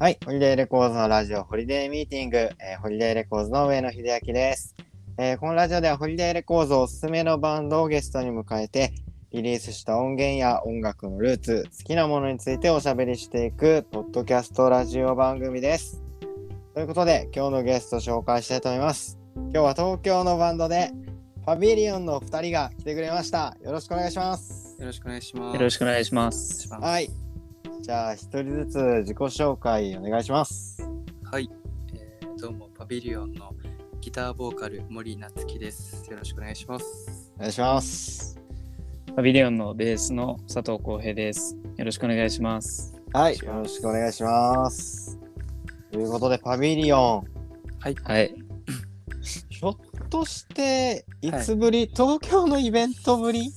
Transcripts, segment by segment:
はい、ホリデーレコーズのラジオ、ホリデーミーティング、えーホリデーレコーズの上野秀明です、えーこのラジオではホリデーレコーズおすすめのバンドをゲストに迎えて、リリースした音源や音楽のルーツ、好きなものについておしゃべりしていく、ポッドキャストラジオ番組です。ということで、今日のゲストを紹介したいと思います。今日は東京のバンドで、ファビリオンの2人が来てくれました。よろしくお願いします。よろしくお願いします。よろしくお願いしまお願いすし。ます。はい。じゃあ、一人ずつ自己紹介お願いします。はい。えーどうも、パビリオンのギターボーカル、森夏樹です。よろしくお願いします。お願いします。パビリオンのベースの佐藤浩平です。よろしくお願いします。はい、およ願ろいししますくお願いします。ということで、パビリオン、はい。ひょっとして、いつぶり、東京のイベントぶり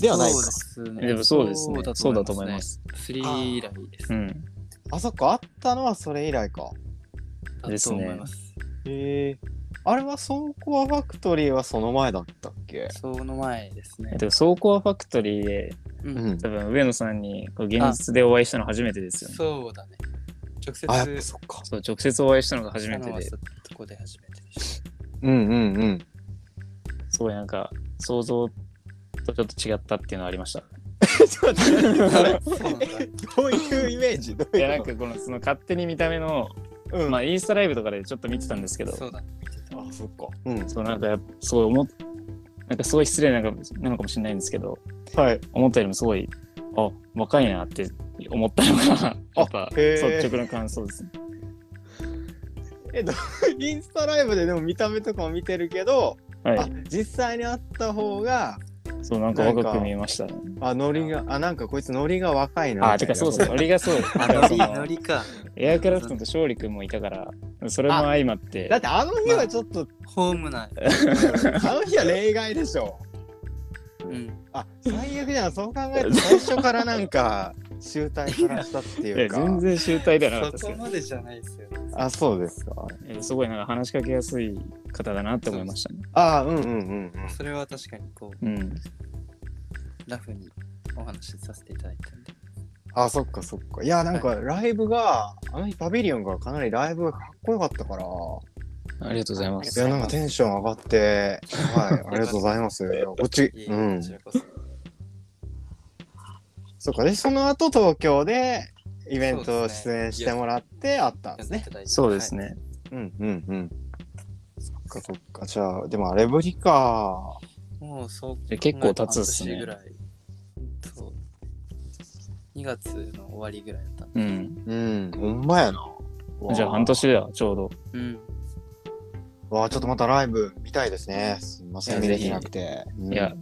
ではないかそうですね。でもそうですね。そうだと思いまね。す。 3以来です。うだん。あそっか、あったのはそれ以来か。と思います。へえ。あれは、ソーコアファクトリーはその前だったっけその前ですねえっ。と、ソーコアファクトリーで、うう。んん多。分上野さんにこう現実でお会いしたの初めてですよね。そうだね。直接、あ、やっぱそっか。そう、直接お会いしたのが初めあてのはで、そこで初めてでしうんうんうん。すごいなんか、想像とちょっと違ったっていうのはありました。 ちょっと待って それた。そうなんだ。どういうイメージどういいや、うなんかこの、その勝手に見た目の、うんまあ、インスタライブとかでちょっと見てたんですけど、そうだね。あ、そっか。うん。そう、なんかやっぱ、そう思っ、なんかすごい失礼なのかなのかもしれないんですけど、はい。思ったよりもすごい、あ、若いなって思ったのが、やっぱあへー率直な感想ですね。えっと、インスタライブででも見た目とかも見てるけど、はあい。実際に会った方がそう、なんかなんか若く見えましたね。あノリがあなんかこいつノリが若いなあ、てかそう そう、俺がそう、あノの、そリ、ノのリか。エアクラフトンと勝利君もいたから、それも相まっ てだっ、てあの日はちょっと、ホームな。あ、の日は例外でしょうん。あ最悪じゃんそう考え ると最初からなんか集大からしたっていいうやか全然集体ではなかったですそけこまでじゃないですよね。あそうですかど、すごいなんか話しかけやすい方だなって思いましたね。あうんうんうんそれは確かにこう。うん。ラフにお話しさせていただいたんで。あそっかそっかいやなんかライブがあの日パビリオンがかなりライブがかっこよかったからいありがとうございます。やなんかテンション上がって はいありがとうございますいやこっちいえいえうんこちらこそそうかでその後東京でイベントを出演してもらってあったんですね。やっていただいてそうです。ね。うんうんうん。そっかそっかじゃあでもあれぶりか。はいもうそうで結構経つっすね半年ぐらいそう。2月の終わりぐらいだったんで。うん。うんほんまやな。わじゃあ半。年だ、ちょうど。うん。わあちょっとまたライブ見たいですね。すみませんい見やれてなくて。うんいや、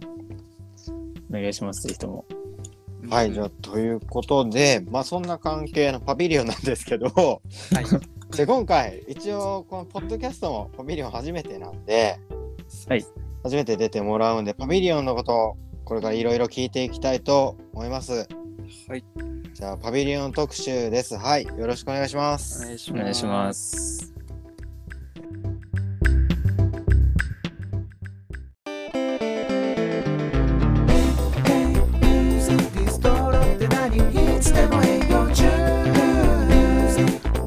お願いします、ぜひとも。はいじゃあということでまあそんな関係のパビリオンなんですけど。はい。で今回一応このポッドキャストもパビリオン初めてなんではい初めて出てもらうんでパビリオンのことをこれからいろいろ聞いていきたいと思いますはい。じゃあパビリオン特集ですはいよろしくお願いしまおす願いしおます。願いしま。す。ミュージックディストロって何いつでも営業中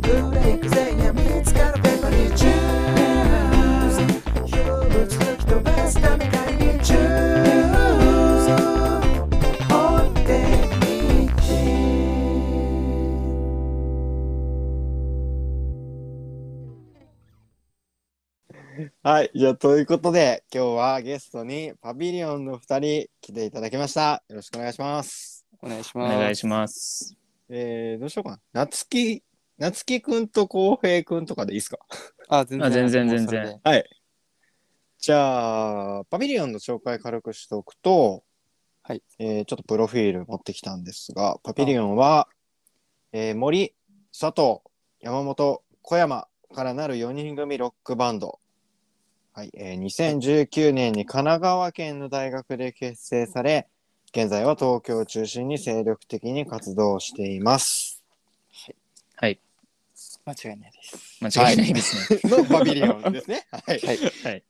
ブレイク前夜見つかるペパリ中植物吹き飛ばすため買いに中オンデミはいじゃあということで今日はゲストにパビリオンの2人来ていただきましたよろしくお願いしますお願いしおます。願いします。えー、どうしようかな夏希夏希くんと浩平くんとかでいいですかあ、全然。あ全然もうそれで全然。じゃあ、パビリオンの紹介軽くしておくと、はいえーちょっとプロフィール持ってきたんですが、パビリオンは、えー森、佐藤、山本、小山からなる4人組ロックバンド。はいえー2019年に神奈川県の大学で結成され、現在は東京を中心に精力的に活動しています。はい。間違いないです。間違いないですね。のパビリオンですね。はい。はい。はい。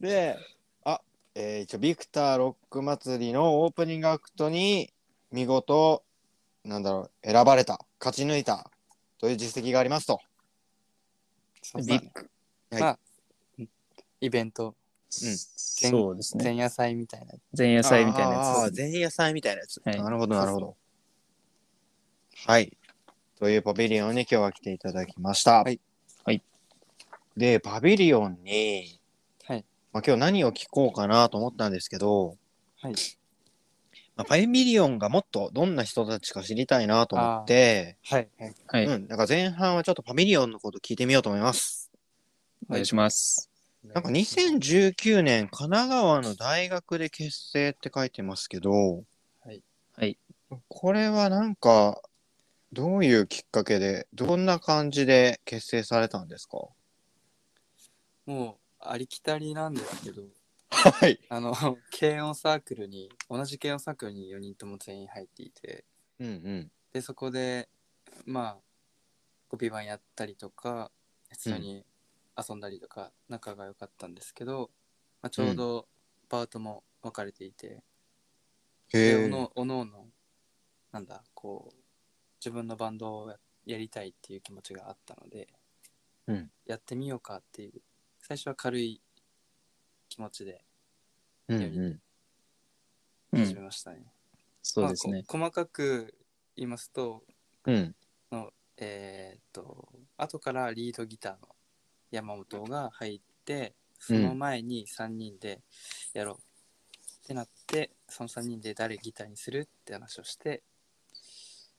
で、あ、えー一応ビクターロック祭りのオープニングアクトに見事なんだろう選ばれた勝ち抜いたという実績がありますと。そうビまッグ。あはいまあうんイベントそうですね。前夜祭みたいな前夜祭みたいなあやあつ。前夜祭みたいなやつ。はいなるほど、なるほど。はい。というパビリオンに今日は来ていただきました。はいはいで、パビリオンに、はいまあ、今日何を聞こうかなと思ったんですけど、はいまあ、パビリオンがもっとどんな人たちか知りたいなと思って、はいはいはい、うん、だから前半はちょっとパビリオンのこと聞いてみようと思います。お願いします。なんか2019年神奈川の大学で結成って書いてますけど、はいはいこれはなんかどういうきっかけでどんな感じで結成されたんですか？もうありきたりなんですけどはい。あの 軽音サークルに同じ軽音サークルに4人とも全員入っていてうんうん。でそこでまあコピー版やったりとか普通に遊んだりとか仲が良かったんですけど、まあ、ちょうどパートも分かれていて、でおへえ。のおのおのなんだこう自分のバンドをややりたいっていう気持ちがあったので、うんやってみようかっていう最初は軽い気持ちでうんうん。う始めん、ましたね。そうですまあね。こ細かく言いますとうんえーっと後からリードギターの山本が入ってそうんの前に3人でやろうってなって、その3人で誰ギターにするって話をして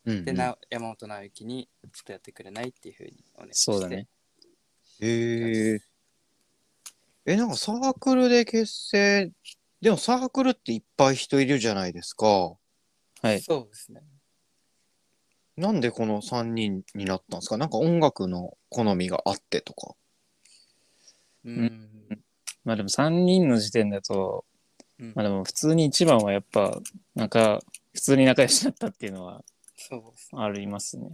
うんうん。でな、山本直之にちょっとやってくれないっていうふうにお願いしてそうだね。へえ。えなんかサークルで結成でもサークルっていっぱい人いるじゃないですか。はい。そうですねなんでこの3人になったんですかなんか音楽の好みがあってとか。うん、まあでも3人の時点だと、うんまあでも普通に一番はやっぱ、なんか、普通に仲良しだったっていうのはそうですねありますね。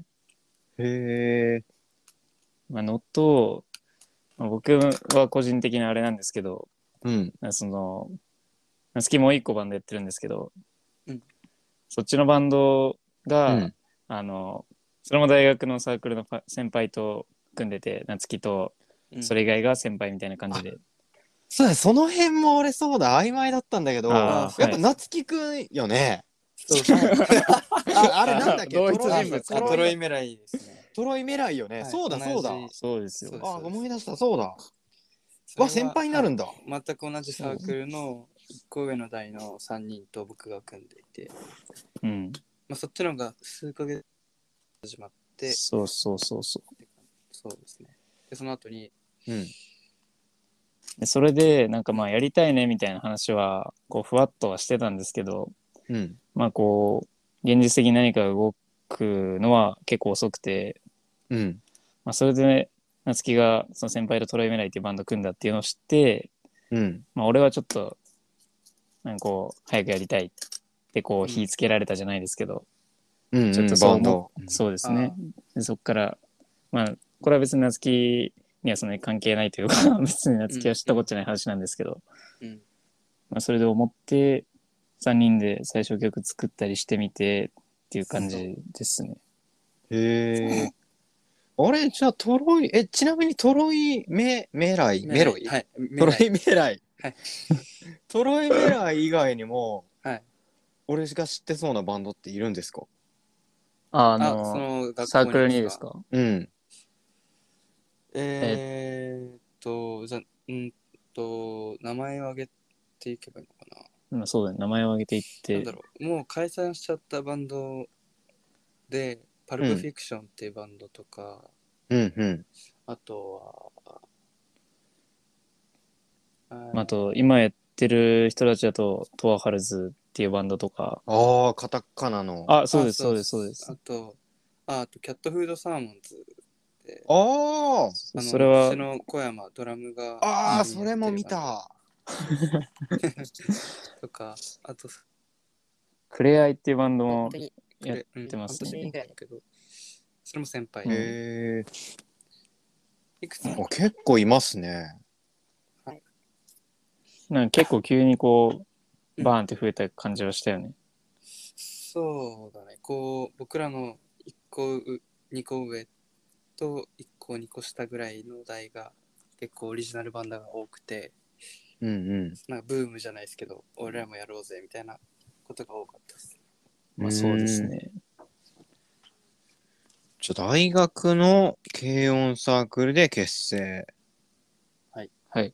へえ。まあのと、まあ僕は個人的なあれなんですけど、うん。その、好きもう一個バンドやってるんですけど、うんそっちのバンドが、うんあの、それも大学のサークルのパ先輩と組んでて、夏希と、うんそれ以外が先輩みたいな感じで、そうだね、その辺も俺そうだ、曖昧だったんだけど、やあっーぱはい夏樹くんよね。そうそう ああれなんだっけ同一トロイ人物トあロイトロイメライですねトロイメライよね。はいそうだ、そうだ。同じそうですよそう。あ、思い出した、そうだ。それわ、は先輩になるんだ。全く同じサークルの1個上の代の3人と僕が組んでいて、うん。まあ、そっちの方が数ヶ月始まってそうそうそうそそうですねでその後にうん。う。でそれで、なんかまあやりたいねみたいな話は、こう、ふわっとはしてたんですけど、うん。まあこう、現実的に何かが動くのは結構遅くて、うん。まあ、それで、ね、夏希がその先輩とトロイメライっていうバンド組んだっていうのを知って、うん。まあ、俺はちょっとなんかこう早くやりたいってこう火つけられたじゃないですけど、うん。ちょっとそうバン思ド。そうですねでそっからまあこれは別に夏希にはそんなに関係ないというか 別に夏希は知ったことない話なんですけど、うんまあ、それで思って3人で最初曲作ったりしてみてっていう感じですね。へえ。あれ、じゃあトロイ、え、ちなみにトロイメメライ、メロイはいトメロロイイメライはい。 トロイメライ以外にも、はい俺が知ってそうなバンドっているんですかああのその学校サークルにですかうん。えー、っとじゃうんと名前を挙げていけばいいのかまあそうだね名前を挙げていっななてんだろうもう解散しちゃったバンドでパルプフィクションっていうバンドとか、うんうん。あとはまああと今やってる人たちだとトアハルズっていうバンドとかああ、カタカナの。ああそうですそうですそうですあと、ああと、キャットフードサーモンズで、あーあのそれは私の小山ドラムが。あうあ、んそれも見。た。とか、あと、クレアイっていうバンドもにやってますうん、半年ね前だけど、それも先輩。うんへえ。いくつあ結構いますね。なんか結構急にこううんバーンって増えた感じはしたよねそうだね、こう、僕らの1個う、2個上と1個2個下ぐらいの代が結構オリジナルバンドが多くてうんうん。なんかブームじゃないですけど俺らもやろうぜみたいなことが多かったですまあそうですね。じゃあ大学の軽音サークルで結成。はい。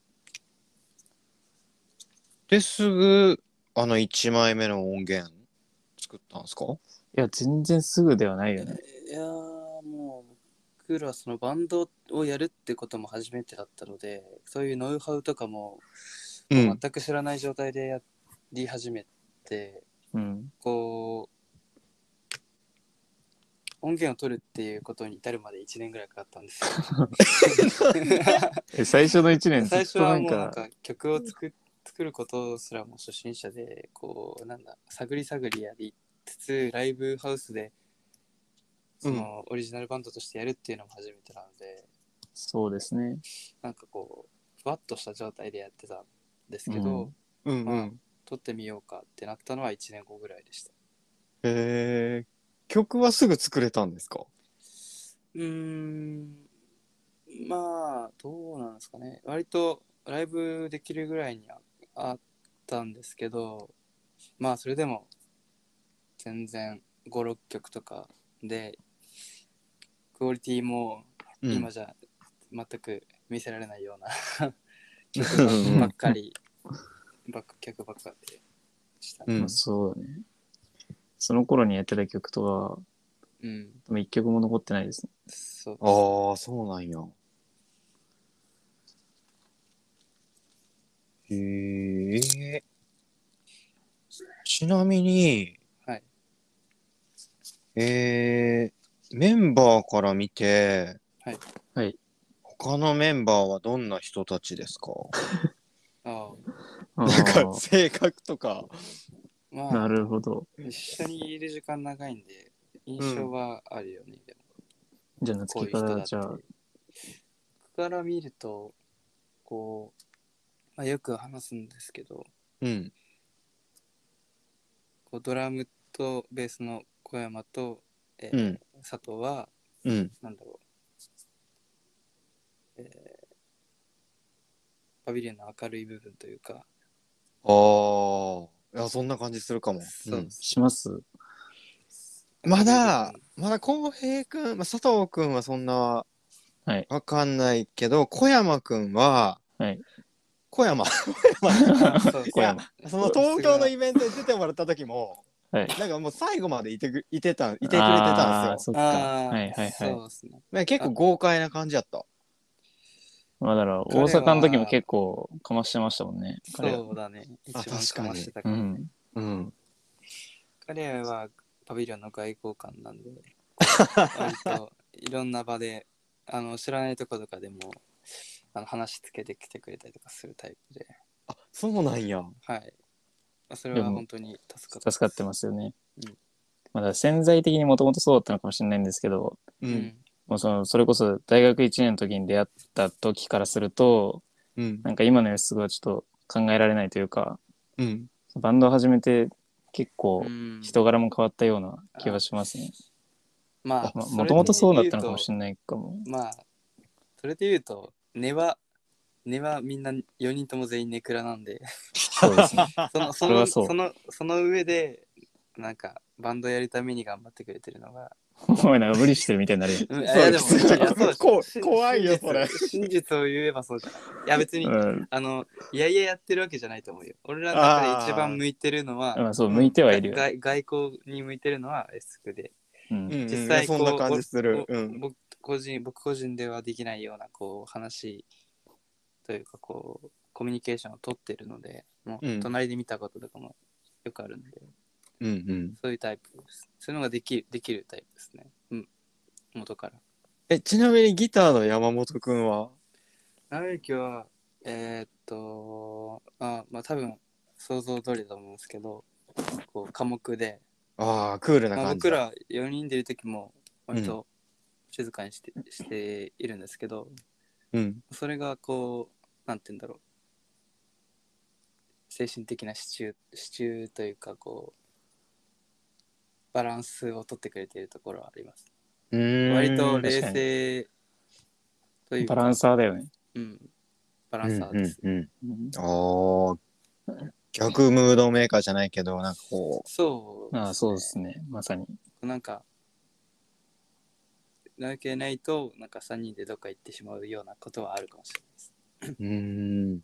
ですぐ、あの1枚目の音源作ったんですかいや、全然すぐではないよね。いやーもう僕らはそのバンドをやるってことも初めてだったのでそういうノウハウとかもう全。く知らない状態でやり始めて、うん。こう音源を取るっていうことに至るまで1年ぐらいかかったんですよえ最初の1年ず最っ初となはもんうなんか、か曲を作っ作ることすらも初心者でこうなんだ探り探りやりつつライブハウスでその、オリジナルバンドとしてやるっていうのも初めてなのでそうですね。なんかこうふわっとした状態でやってたんですけど、うんうんうん撮ってみようかってなったのは1年後ぐらいでしたへえ。曲はすぐ作れたんですかうーんまあどうなんですかね割とライブできるぐらいにはあったんですけどまあそれでも全然56曲とかでクオリティも今じゃ全く見せられないような 曲ばっかりばっか曲ばっかでしたうね。んまあそうだね。その頃にやってた曲とは、うん、多分一曲も残ってないですね。そうああ、そうなんや。へえ。ちなみに、はい。えー、メンバーから見て、はい。はい。他のメンバーはどんな人たちですかあなあんーか性格とか。あまあなるほど。一緒にいる時間長いんで印象はあるよね、でもじゃあ、夏こうい希う人かだら、ってじゃあ、僕から見るとこう、まあ、よく話すんですけどうん。こうドラムとベースの小山と、えーうん。佐藤はうん。なんだろう、えーパビリオンの明るい部分というか、ああ。いや、そんな感じするかも。そううんしますまだ、まだ浩平くん、まあ、佐藤くんはそんな、はいわかんないけど、小山くんは、はい小山、そう小山そ うその東京のイベントに出てもらった時も、はいなんかもう最後までいてくいてたん、いてくれてたんあでーすそよ。っか。ああ、はいはいはそうい。ですね。ね結構豪快な感じやった。まあだから、彼大は阪の時も結構かましてましたもんね。彼はそうだね。一あ番かましてたうからね。ん。うん。彼はパビリオンの外交官なん で割といろんな場であの知らないとことかでもあの話つけてきてくれたりとかするタイプで、あ、そうなんや。はい、まあそれではも本当に助かった助かってますよね。うんまあだから潜在的にもともとそうだったのかもしれないんですけど、う。うんん、もうそのそれこそ大学1年の時に出会った時からすると、うん。なんか今の様子はちょっと考えられないというか、うん。バンドを始めて結構うん人柄も変わったような気はしますね。まあまあれもでともとそうだった言のかもとしれないかも。まあそれで言うと根は根はみんな4人とも全員ネクラなん でそうですね。そのそそれのはそそうのその上でなんかバンドやるために頑張ってくれてるのがお前なんか無理してるみたいになる やん。うん、いそうやでもそういやそうですこし怖いよ真実それ真実を言えばそうじゃない。いや別に、うんあの、いやいややってるわけじゃないと思うよ。俺らの中で一番向いてるのは、まあそう、向いてはいるよ。外外交に向いてるのは S クで、うんうん、実際こそうなん感じする。おうん。僕個人僕個人ではできないようなこう話というかこうコミュニケーションを取ってるので、もうんう隣で見たこととかもよくあるんで、うんうん。そういうタイプです。そういうのができるできるタイプですね。うん、元から。え、ちなみにギターの山本くんは直之はえーっとあまあ多分想像通りだと思うんですけどこう科目で、ああ、クールなまあ、感じ僕だ。ら4人でいる時も割と静かにして,、しているんですけどうん。それがこうなんて言うんだろう精神的な支柱支柱というかこうバランスを取ってくれているところはありますうーん割と冷確か静というバランサーだよね。うん、バラうンんサーです。うんうんうんおー逆ムードメーカーじゃないけどなんかこそう、ああ、そうですね。まさに。なんか、なけないと、なんか3人でどっか行ってしまうようなことはあるかもしれないです。ううーん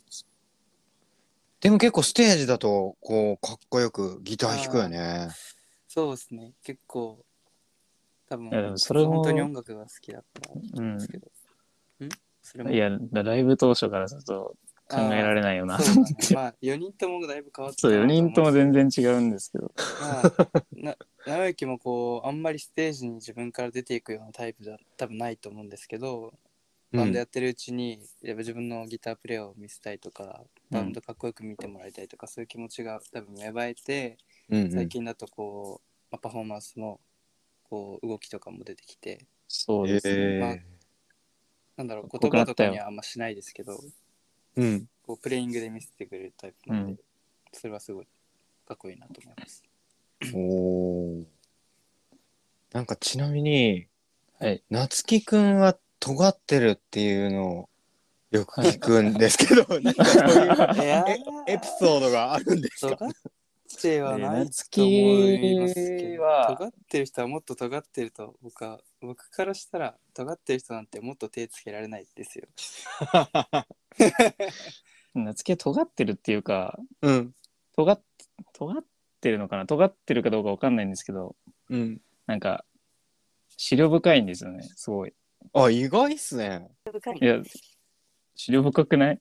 でも結構ステージだとこうかっこよくギター弾くよねそうですね、結構、多分いやでもそれも本当に音楽が好きだからなんですけど。んそれもいや、だライブ当初からすると考えられないよな。そうだねまあ、4人ともだいぶ変わってた そう、な4思うんですけ人どとも全然違うんですけど。まあ、な直之もこうあんまりステージに自分から出ていくようなタイプじゃ多分ないと思うんですけどバンドやってるうちに、やっぱ自分のギタープレイを見せたいとかバンドかっこよく見てもらいたいとか、そういう気持ちが多分芽生えてうんうん最近だとこう、まあパフォーマンスもこう動きとかも出てきてそうですね。へーまあなんだろう濃言くな葉ったとよかにはあんましないですけどうんこうプレイングで見せてくれるタイプなんで、うんそれはすごいかっこいいなと思います。おーなんかちなみにはい。夏樹くんは尖ってるっていうのをよく聞くんですけど、なんかそういういやエピソードがあるんです尖かってはないと思いますけ夏ど、は、尖ってる人はもっと尖ってると僕は僕からしたら尖ってる人なんてもっと手つけられないですよ。夏希は尖ってるっていうか、うん尖っ尖ってるのかな尖ってるかどうかわかんないんですけど、うんなんか、資料深いんですよね、すごい。あ意外っすねいや、資料深くない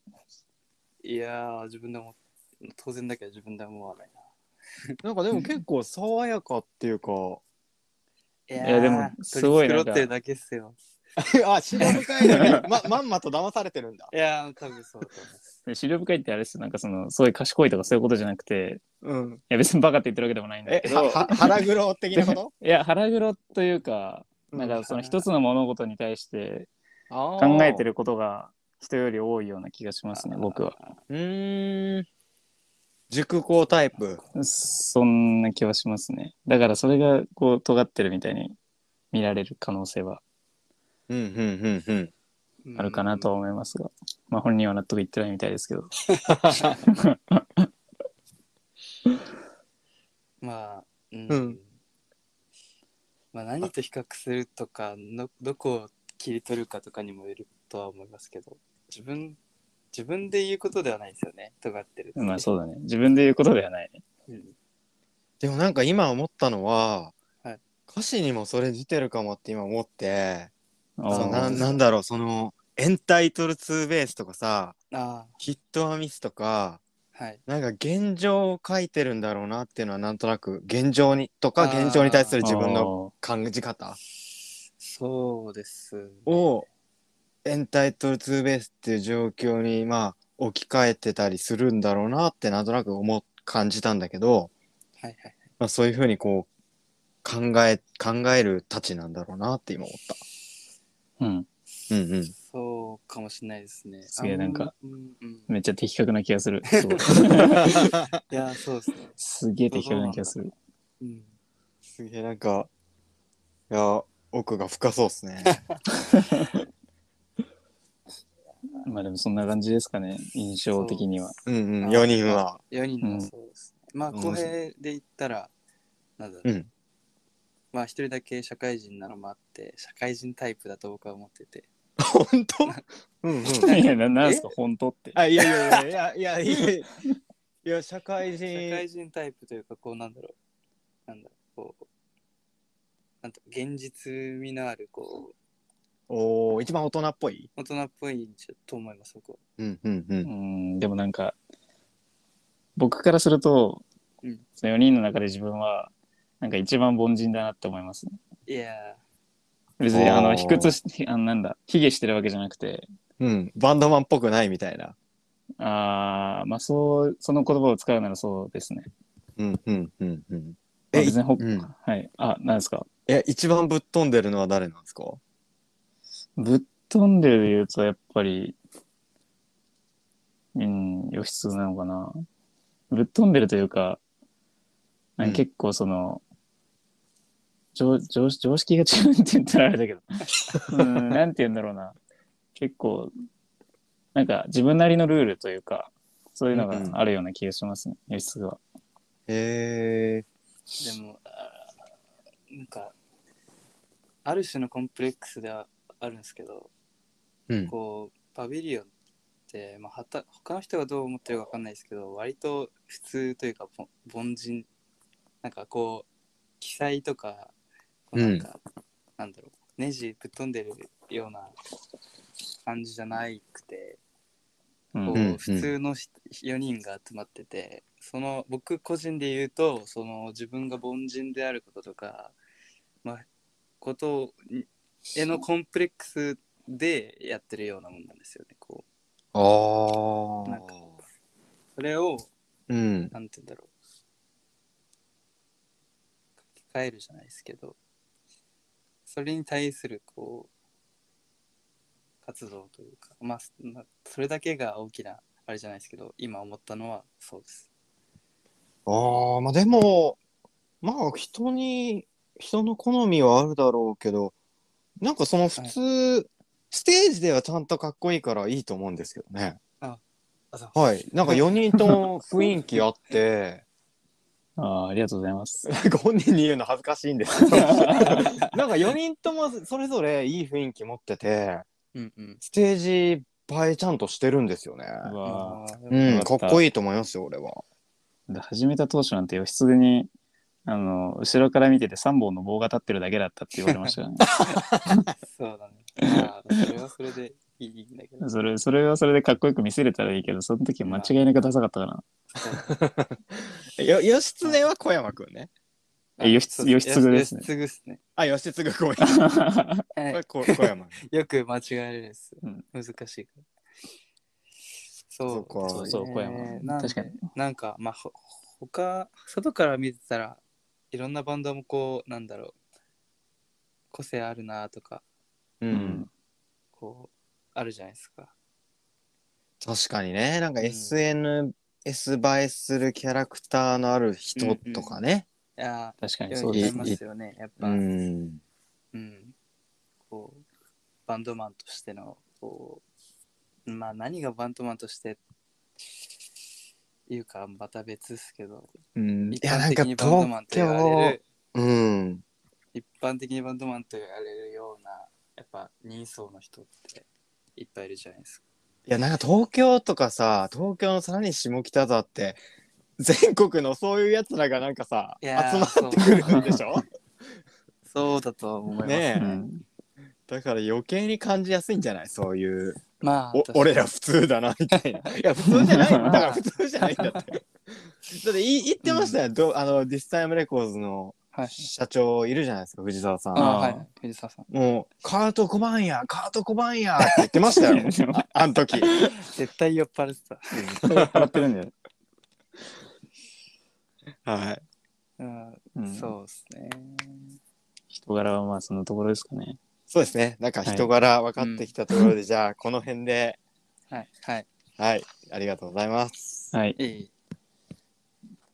いやー自分でも当然だけど自分では思わないなんかでも結構爽やかっていうかな。いやでもすごいななんっかてるだけっすよ。 あ知ら深い のにままんまと騙されてるんだいやー多分そうだと思います。資料深いってあれですよなんかその、すごい賢いとかそういうことじゃなくて、うんいや別にバカって言ってるわけでもないんだえけど、はは腹黒的 なこといや、腹黒というか、なんかその一つの物事に対して考えてるることが人より多いような気がしますね、僕は。うーん熟考タイプそんな気はしますね。だからそれがこう尖ってるみたいに見られる可能性はうんうんうんうんうんあるかなとは思いますが、まあ本人は納得いってないみたいですけど。まあ、うん。うんまあ、何と比較するとかの、どこを切り取るかとかにもよるとは思いますけど、自分、自分で言うことではないですよね、尖ってるって。まあそうだね。自分で言うことではないね。うんでもなんか今思ったのは、はい歌詞にもそれ出てるかもって今思ってあそーうななんだろうそのエンタイトルツーベースとかさあヒットアミスとかあ、はい。なんか現状を書いてるんだろうなっていうのはなんとなく現状にとかあー現状に対する自分の感じ方そうです。をエンタイトルツーベースっていう状況にまあ置き換えてたりするんだろうなってなんとなく思う感じたんだけど、はいはい。まあ、そういうふうにこう考え考えるたちなんだろうなって今思った。あー。うん。うんう んそうかもしれないですね。すげえあなんか、うんうん、めっちゃ的確な気 がする。すごいいや、そうですね。すげえ的確な気がする。うん。すげえなんかいや奥が深そうっす ね。まあでもそんな感じですかね。印象的には。うんうん4人は。 4人うのんそうです、ねまあ面公白い平で言ったらなんだろう、うんまあ一人だけ社会人なのもあって社会人タイプだと僕は思ってて本 当うんうん。いや、ななんすか、本当って。あいやいやい やいやいやいやいや社会社会人。人タイプというかこうなんだろうなんだろうこうなんと現実味のあるこおお一番大人っぽい。う大人っぽいんじゃと思います僕はうんうんう。うんん、でもなんか、僕からすると、うんその4人の中で自分は、なんか一番凡人だなって思いますね。いや別に、あおの、ー卑屈し、ひあのなんだ、卑下してるわけじゃなくて、うんバンドマンっぽくないみたいな。あーまあ、そう、その言葉を使うならそうですね。うんうんうんうん。まあえ別にほ、うんはい。あ、なんですか。いや一番ぶっ飛んでるのは誰なんですか。ぶっ飛んでるで言うと、やっぱり、うん、良質なのかな。ぶっ飛んでるというか、なうんかん結構その、 常常常識が違うって言ったらあれだけど、うん、なんて言うんだろうな。結構、なんか自分なりのルールというか、そういうのがあるような気がしますね、義経は。へえ。でもあーなんかある種のコンプレックスではあるんですけど、うん。こうパビリオンって、まあ、はた他の人がどう思ってるか分かんないですけど割と普通というかぼ凡人なんかこう記載とかこううなんんか、なんだろうネジぶっ飛んでるような感じじゃないくてうこんう、うん普通の4人が集まっててその僕個人で言うとその自分が凡人であることとか、まあ、ことにへのコンプレックスでやってるようなもんなんですよね。こうああ。なんかそれをうん。なんて言うんだろう書き換えるじゃないですけどそれに対するこう活動というかまあそまあそれだけが大きなあれじゃないですけど今思ったのはそうです。ああ、まあでも、まあ人に、人の好みはあるだろうけど、なんかその普通、ステージではちゃんとかっこいいからいいと思うんですけどね。あそうはい。なんか4人とも雰囲気あって、ああ、ありがとうございま す。なんか本人に言うの恥ずかしいんですけど、 なんか4人ともそれぞれいい雰囲気持ってて、うんうん。ステージ映えちゃんとしてるんですよね。うあわあうよん、かかっったこいいと思いますよ、俺は。ーで始めた当初なんて義経に、あの、後ろから見てて3本の棒が立ってるだけだったって言われましたよね。そうだね。まあそれはそれでいいんだ けど。それ、それはそれでかっこよく見せれたらいいけど、その時間違いなくダサかったからな。 よ、義経は小山くんね。えよしそうそうよしつぐですねよしつぐっすね。あ、義経小山。はい こ小山。よく間違えるです。うん難しいから。そうそうかそうそう、小な山。んで確かに。なんか、まあ、ほ他、外から見てたら、いろんなバンドもこう、なんだろう、個性あるなとか、ううんん。。こう、あるじゃないですか。確かにね、なんかうん SNS 映えするキャラクターのある人とかね。いや確かー、によそうくで言いすね。ますよね。やっうぱ、ん。うんこう、バンドマンとしての、こう、まあ、何がバンドマンとして、いうか、また別ですけど、うん、い一や、般なん的かにバンドマン東と言われ京る、、うん。一般的にバンドマンと言われるような、やっぱ人相の人っていっぱいいるじゃないですか。いや、なんか東京とかさ、東京のさらに下北沢って、全国のそういうやつらがなんかさ、い集やーまってくるんでしょ そうだと思います。ねえ、うんだから余計に感じやすいんじゃないそういう、まあ、お確かに俺ら普通だな、みたい な。いや、普通じゃない。だから普通じゃないんだって。だってい言ってましたよ、どあの、ディスタイムレコーズのはい。社長いるじゃないですか、藤沢さん。ああーはい。藤沢さん。もう、カート小判や、カート小判やって言ってました よ、あの時。絶対酔っ払ってた。 笑ってるんだよ。はい。うん、うんそうですね。人柄はまあそのところですかね。そうですね、なんか人柄分かってきたところで、じゃあ、この辺で、はい。はい。はい、ありがとうございます。はい。いい。